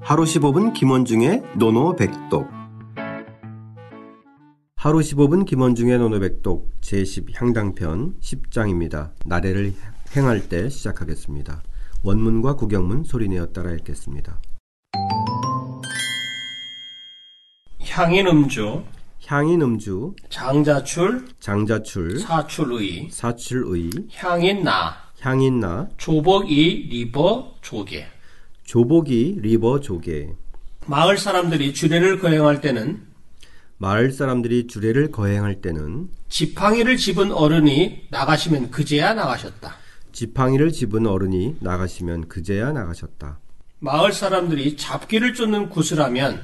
하루 15분 김원중의 노노백독 하루 15분 김원중의 노노백독 제10향당편 10장입니다. 나래를 행할 때 시작하겠습니다. 원문과 구경문 소리내어 따라 읽겠습니다. 향인 음주, 향인 음주, 장자출, 장자출, 사출의, 사출의, 향인 나, 향인나, 조복이 리버 조개. 조복이 리버 조개. 마을 사람들이 주례를 거행할 때는 마을 사람들이 주례를 거행할 때는 지팡이를 집은 어른이 나가시면 그제야 나가셨다. 지팡이를 집은 어른이 나가시면 그제야 나가셨다. 마을 사람들이 잡기를 쫓는 구슬하면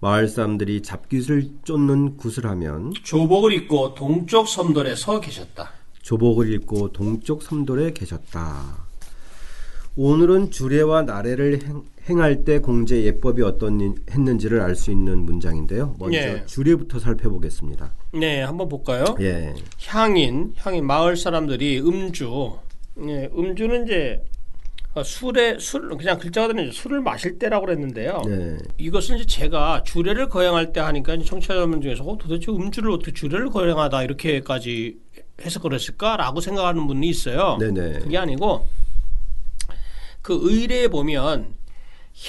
마을 사람들이 잡귀를 쫓는 굿을 하면 조복을 입고 동쪽 섬돌에 서 계셨다. 조복을 입고 동쪽 섬돌에 계셨다. 오늘은 주례와 나래를 행, 행할 때 공제 예법이 어떤 일- 했는지를 알 수 있는 문장인데요. 먼저 예. 주례부터 살펴보겠습니다. 네, 한번 볼까요? 예. 향인, 향인 마을 사람들이 음주, 예, 음주는 이제 어, 술에 술 그냥 글자가 되는 술을 마실 때라고 그랬는데요. 예. 이것은 이제 제가 주례를 거행할 때 하니까 이제 청취자분 중에서 어, 도대체 음주를 어떻게 주례를 거행하다 이렇게까지 해서 그랬을까라고 생각하는 분이 있어요. 네네. 그게 아니고 그 의례에 보면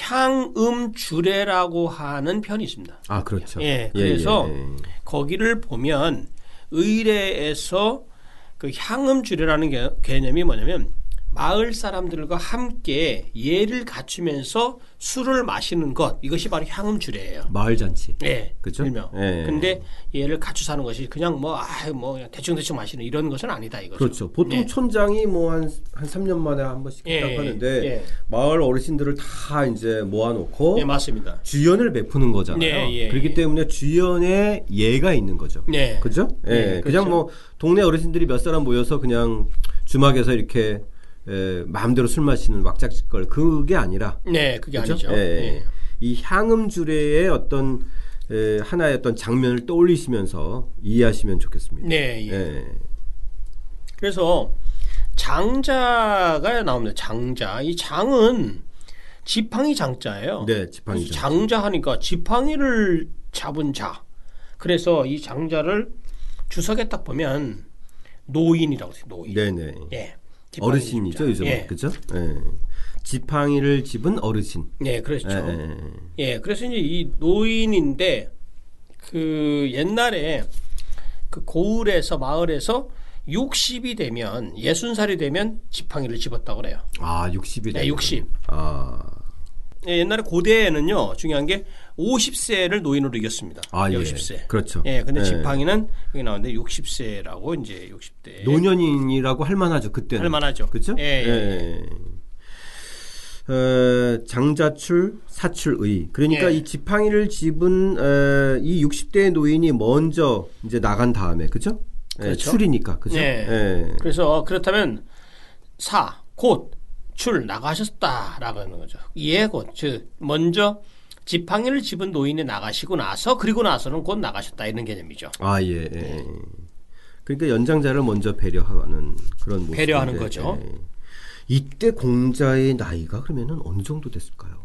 향음 주례라고 하는 편이 있습니다. 아, 그렇죠. 예, 그래서 예, 예. 거기를 보면 의례에서 그 향음주례라는 개- 개념이 뭐냐면 마을 사람들과 함께 예를 갖추면서 술을 마시는 것 이것이 바로 향음주례예요. 마을 잔치. 예, 그죠? 일명. 예. 근데 예를 갖추사는 것이 그냥 뭐 아유 뭐 그냥 대충 대충 마시는 이런 것은 아니다 이거죠. 네. 그렇죠. 보통 촌장이 뭐 한 한 3년 만에 한 번씩 예, 딱 예, 하는데 예. 마을 어르신들을 다 이제 모아 놓고 예, 맞습니다. 주연을 베푸는 거잖아요. 네, 예, 그렇기 예. 때문에 주연의 예가 있는 거죠. 네. 그죠? 예. 네, 그냥 그렇죠. 뭐 동네 어르신들이 몇 사람 모여서 그냥 주막에서 이렇게 에, 마음대로 술 마시는 왁자지껄 그게 아니라 네, 그게 그죠? 아니죠. 예, 예. 예. 이 향음 주례의 어떤 에, 하나의 어떤 장면을 떠올리시면서 이해하시면 좋겠습니다. 네, 예. 예. 그래서 장자가 나옵니다. 장자. 이 장은 지팡이 장자예요. 네, 그래서 지팡이죠. 어, 장자 하니까 지팡이를 잡은 자. 그래서 이 장자를 주석에 딱 보면 노인이라고 써요. 노인. 네, 네. 예. 지팡이 어르신이죠, 잡자. 요즘 은 예. 그죠? 예. 지팡이를 집은 어르신. 예, 그렇죠. 예, 예, 예. 예, 그래서 이제 이 노인인데 그 옛날에 그 고을에서 마을에서 60이 되면 60살이 되면 지팡이를 집었다고 그래요. 아, 60이 네, 60. 아, 예, 옛날에 고대에는요 중요한 게 50세를 노인으로 이겼습니다. 아, 예. 60세. 그렇죠. 예, 근데 예. 지팡이는 여기 나오는데 60세라고 이제 60대 노년인이라고 할 만하죠 그때는. 예. 할 만하죠. 그렇죠? 예, 예. 어, 장자출 사출의 그러니까 예. 이 지팡이를 집은 어, 이 60대의 노인이 먼저 이제 나간 다음에 그죠? 예, 그렇죠. 출이니까 그죠? 예. 예. 그래서 그렇다면 사 곧 출 나가셨다라고 하는 거죠. 예, 곧즉 먼저 지팡이를 집은 노인이 나가시고 나서 그리고 나서는 곧 나가셨다 이런 개념이죠. 아 예. 예. 그러니까 연장자를 먼저 배려하는 그런 모습. 배려하는 거죠. 이때 공자의 나이가 그러면은 어느 정도 됐을까요?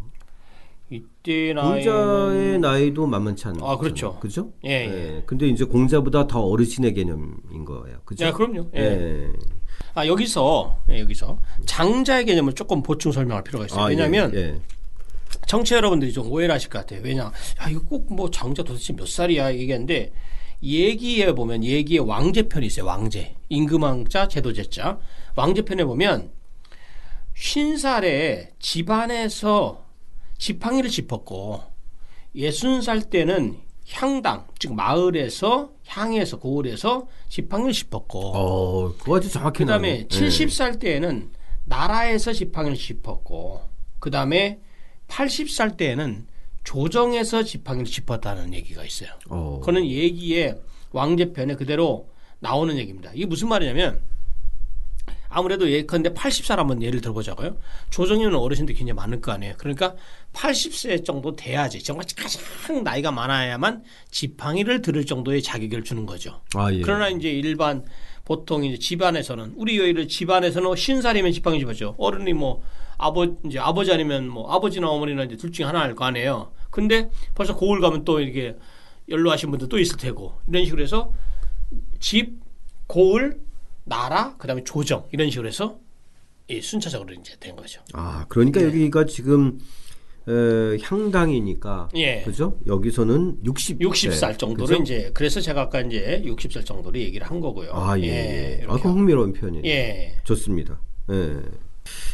이때 나이는 공자의 네, 나이도 만만치 않은 아, 그렇죠. 그죠? 예, 예. 근데 이제 공자보다 더 어르신의 개념인 거예요. 그죠? 야, 그럼요. 예. 예. 아 여기서 예, 여기서 장자의 개념을 조금 보충 설명할 필요가 있어요. 아, 그렇죠. 왜냐하면 예, 예. 청취자 여러분들이 좀 오해를 하실 것 같아요. 왜냐, 야, 이거 꼭 뭐 장자 도대체 몇 살이야 얘기하는데 얘기에 보면 얘기에 왕제편이 있어요. 왕제 임금왕자 제도제자 왕제편에 보면 쉰 살에 집안에서 지팡이를 짚었고 예순 살 때는 향당 즉 마을에서 향에서 고을에서 지팡이를 짚었고 어, 그거 아주 정확히 나오네. 그다음에 예. 70살 때에는 나라에서 지팡이를 짚었고 그다음에 80살 때에는 조정에서 지팡이를 짚었다는 얘기가 있어요. 어. 그는 얘기에 왕제편에 그대로 나오는 얘기입니다. 이게 무슨 말이냐면 아무래도 예컨대 80살 한번 예를 들어보자고요. 조정에는 어르신들 굉장히 많을 거 아니에요. 그러니까 80세 정도 돼야지 정말 가장 나이가 많아야만 지팡이를 들을 정도의 자격을 주는 거죠. 아, 예. 그러나 이제 일반 보통 이제 집안에서는 우리 여의를 집안에서는 신살이면 지팡이 집었죠. 어른이 뭐 아버 이제 아버지 아니면 뭐 아버지나 어머니나 이제 둘 중에 하나 할 거 아니에요. 근데 벌써 고을 가면 또 이렇게 연로하신 분들 또 있을 테고 이런 식으로 해서 집, 고을, 나라, 그다음에 조정 이런 식으로 해서 이 순차적으로 이제 된 거죠. 아, 그러니까 네. 여기가 지금 에, 향당이니까 예. 그죠? 여기서는 60 60살 정도로 이제 그래서 제가 아까 이제 60살 정도로 얘기를 한 거고요. 아, 예. 예. 아, 이렇게 그 흥미로운 표현이에요. 예. 좋습니다. 예.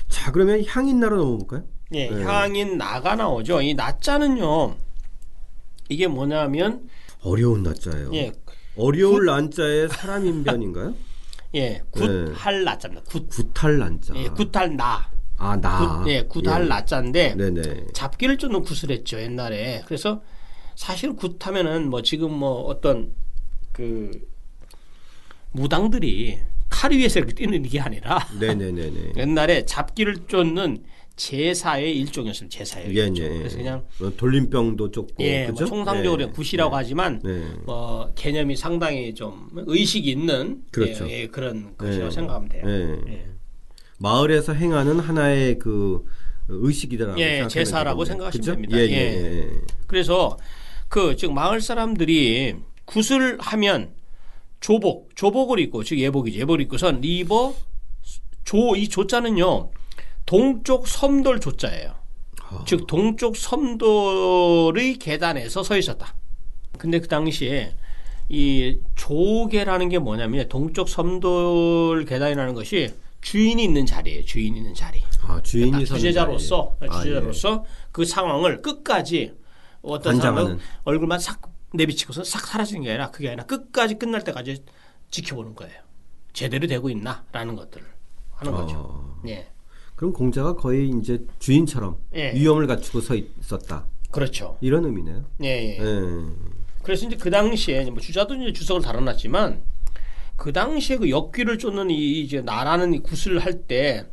자, 그러면 향인 나로 넘어 볼까요? 예, 네. 향인 나가 나오죠. 이 나자는요. 이게 뭐냐면 어려운 낮자예요. 예, 어려울 난자에 사람 인변인가요? 예, 네. 굿할 나자입니다. 굿. 구탈 난자. 예, 굿할 나. 아, 나. 굿, 예, 굿할 나자인데 네, 네. 잡기를 쫓는 굿을 했죠, 옛날에. 그래서 사실 굿하면은 뭐 지금 뭐 어떤 그 무당들이 칼 위에서 이렇게 뛰는 게 아니라 네, 네, 네, 네. 옛날에 잡기를 쫓는 제사의 일종이었습니다. 제사의 예, 일종. 예. 그래서 그냥 어, 돌림병도 좁고 예, 뭐 그죠? 통상적으로 굿이라고 하지만 네. 네. 뭐 개념이 상당히 좀 의식이 있는 그렇죠. 예, 예, 그런 것이라고 네. 생각하면 돼요. 네. 예. 마을에서 행하는 하나의 그 의식이다라고 예, 생각하면 제사라고 되겠네요. 생각하시면 그죠? 됩니다. 예, 예. 예. 예. 그래서 그 즉 마을 사람들이 굿을 하면 조복, 조복을 입고 즉 예복이죠. 예복을 입고선 리버 조 이 조자는요 동쪽 섬돌 조자예요. 아, 즉 동쪽 섬돌의 계단에서 서 있었다. 근데 그 당시에 이 조계라는 게 뭐냐면 동쪽 섬돌 계단이라는 것이 주인이 있는 자리예요. 주인이 있는 자리. 아, 딱 주인이 주제자로서 아, 예. 주제자로서 그 상황을 끝까지 어떤 관장하는. 사람은 얼굴만 싹 내비치고서 싹 사라지는 게 아니라 그게 아니라 끝까지 끝날 때까지 지켜보는 거예요. 제대로 되고 있나라는 것들을 하는 거죠. 어. 예, 그럼 공자가 거의 이제 주인처럼 예. 위엄을 갖추고 서 있었다. 그렇죠. 이런 의미네요. 예, 예. 예. 그래서 이제 그 당시에 뭐 주자도 이제 주석을 달아놨지만 그 당시에 그 역귀를 쫓는 이 이제 나라는 이 굿을 할 때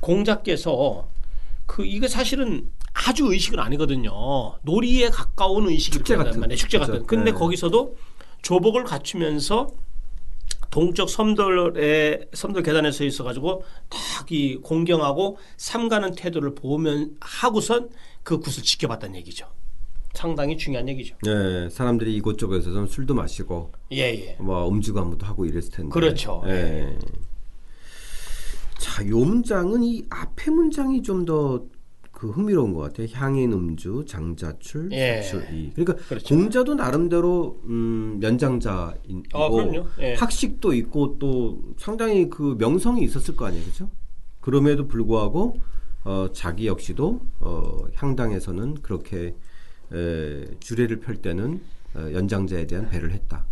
공자께서 그 이거 사실은 아주 의식은 아니거든요. 놀이에 가까운 의식이 축제 된단 같은. 말이에요. 축제 그죠. 같은. 네. 근데 거기서도 조복을 갖추면서 동쪽 섬돌에 섬돌 계단에 서 있어가지고 딱 이 공경하고 삼가는 태도를 보면 하고선 그 굿을 지켜봤다는 얘기죠. 상당히 중요한 얘기죠. 예, 사람들이 이곳저곳에서 좀 술도 마시고 예예. 뭐 음주가 무도 하고 이랬을 텐데. 그렇죠. 예. 자, 요 문장은 이 앞에 문장이 좀 더 그 흥미로운 것 같아요. 향인 음주, 장자출, 예. 자출. 이. 그러니까 그렇죠. 공자도 나름대로 음, 연장자이고 아, 그럼요. 예. 학식도 있고 또 상당히 그 명성이 있었을 거 아니에요, 그렇죠? 그럼에도 불구하고 어, 자기 역시도 어, 향당에서는 그렇게 에, 주례를 펼 때는 어, 연장자에 대한 배를 했다.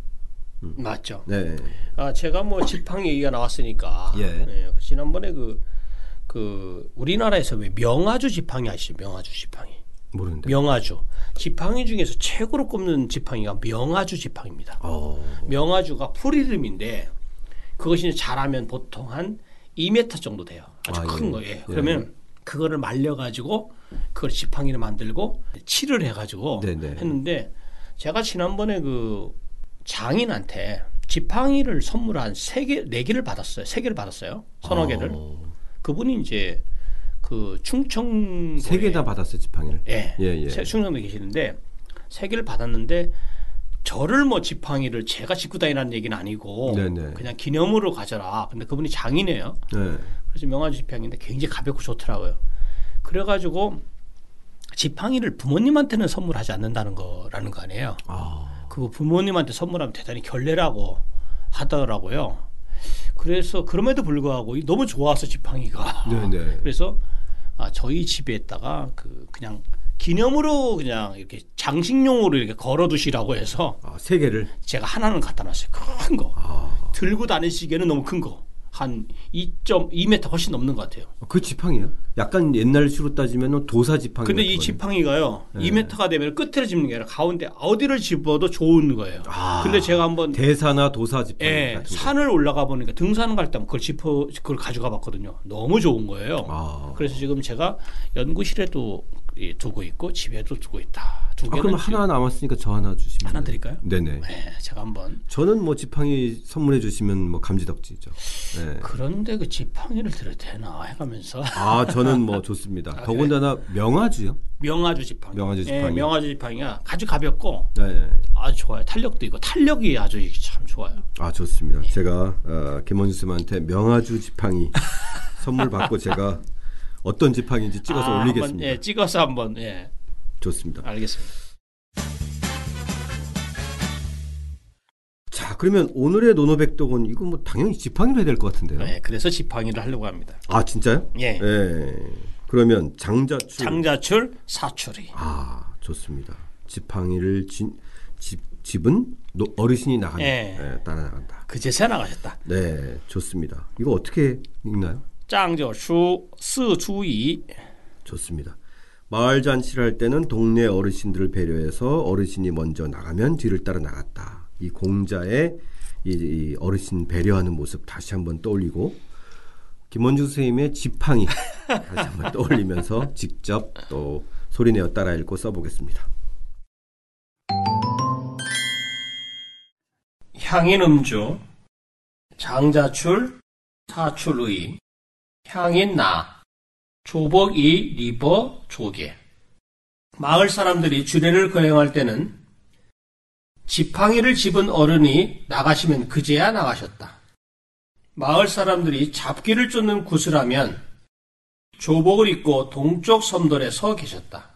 맞죠. 네. 아 제가 뭐 지팡이 얘기가 나왔으니까 예. 그 지난번에 그, 그 우리나라에서 왜 명아주 지팡이 아시죠? 명아주 지팡이. 네. 모르는데. 명아주 지팡이 중에서 최고로 꼽는 지팡이가 명아주 지팡입니다. 어. 명아주가 풀이름인데 그것이 이제 자라면 보통 한 2m 정도 돼요. 아주 아, 큰 예. 거예요. 예. 그러면 그거를 말려가지고 그걸 지팡이를 만들고 칠을 해가지고 네네. 했는데 제가 지난번에 그 장인한테 지팡이를 선물한 세 개, 네 개를 받았어요. 세 개를 받았어요. 서너 개를. 어. 그분이 이제 그 충청 세개 다 받았어요, 지팡이를. 예. 예, 예. 세- 충청도에 계시는데 세 개를 받았는데 저를 뭐 지팡이를 제가 짚고 다니라는 얘기는 아니고 네네. 그냥 기념으로 가져라. 근데 그분이 장이네요. 네. 그래서 명아주 지팡이인데 굉장히 가볍고 좋더라고요. 그래가지고 지팡이를 부모님한테는 선물하지 않는다는 거라는 거 아니에요. 아. 그거 부모님한테 선물하면 대단히 결례라고 하더라고요. 그래서 그럼에도 불구하고 이- 너무 좋아서 지팡이가 네, 네. 그래서 아, 저희 집에다가 그 그냥 기념으로 그냥 이렇게 장식용으로 이렇게 걸어두시라고 해서 아, 세 개를. 제가 하나는 갖다 놨어요. 큰 거. 아. 들고 다니시기에는 너무 큰 거. 한 2.2m 훨씬 넘는 것 같아요. 그 지팡이요? 약간 옛날 수로 따지면 도사 지팡이. 근데 같은 이 거네. 지팡이가요, 2m가 되면 끝에를 짚는 게 아니라 가운데 어디를 집어도 좋은 거예요. 아. 근데 제가 한번 대사나 도사 지팡이 예, 같은 거. 산을 올라가 보니까 등산 갈 때 그걸 짚어 그걸 가져가 봤거든요. 너무 좋은 거예요. 아. 그래서 지금 제가 연구실에도 이 두고 있고 집에도 두고 있다. 두 아, 개는 그럼 하나 남았으니까 저 하나 주시면. 하나 돼요. 드릴까요? 네네. 네, 제가 한번 저는 뭐 지팡이 선물해 주시면 뭐 감지덕지죠. 네. 그런데 그 지팡이를 들어도 되나 해가면서 아 저는 뭐 좋습니다. 그래요? 더군다나 명아주요. 명아주 지팡이. 명아주 지팡이. 예, 명아주 지팡이가 아주 가볍고 네. 아주 좋아요. 탄력도 있고 탄력이 아주 참 좋아요. 아 좋습니다. 제가 어, 김원준 쌤한테 명아주 지팡이 선물 받고 제가 어떤 지팡이인지 찍어서 아, 올리겠습니다. 한번, 예, 찍어서 한번 예, 좋습니다. 알겠습니다. 자 그러면 오늘의 노노백독은 이거 뭐 당연히 지팡이로 해야 될 것 같은데요. 예, 그래서 지팡이를 하려고 합니다. 아 진짜요? 예, 예. 그러면 장자추. 장자출, 사출이. 아 좋습니다. 지팡이를 진, 집 집은 노- 어르신이 나간다. 예. 예, 따라 나간다. 그제서야 나가셨다. 네 좋습니다. 이거 어떻게 읽나요? 장자추, 스추이. 좋습니다. 마을 잔치를 할 때는 동네 어르신들을 배려해서 어르신이 먼저 나가면 뒤를 따라 나갔다. 이 공자의 이, 이 어르신 배려하는 모습 다시 한번 떠올리고 김원주 선생님의 지팡이 다시 한번 떠올리면서 직접 또 소리내어 따라 읽고 써보겠습니다. 향인 음주, 장자출, 사출의, 향인 나, 조복이 리버 조개. 마을 사람들이 주례를 거행할 때는 지팡이를 집은 어른이 나가시면 그제야 나가셨다. 마을 사람들이 잡기를 쫓는 구슬하면 조복을 입고 동쪽 섬돌에 서 계셨다.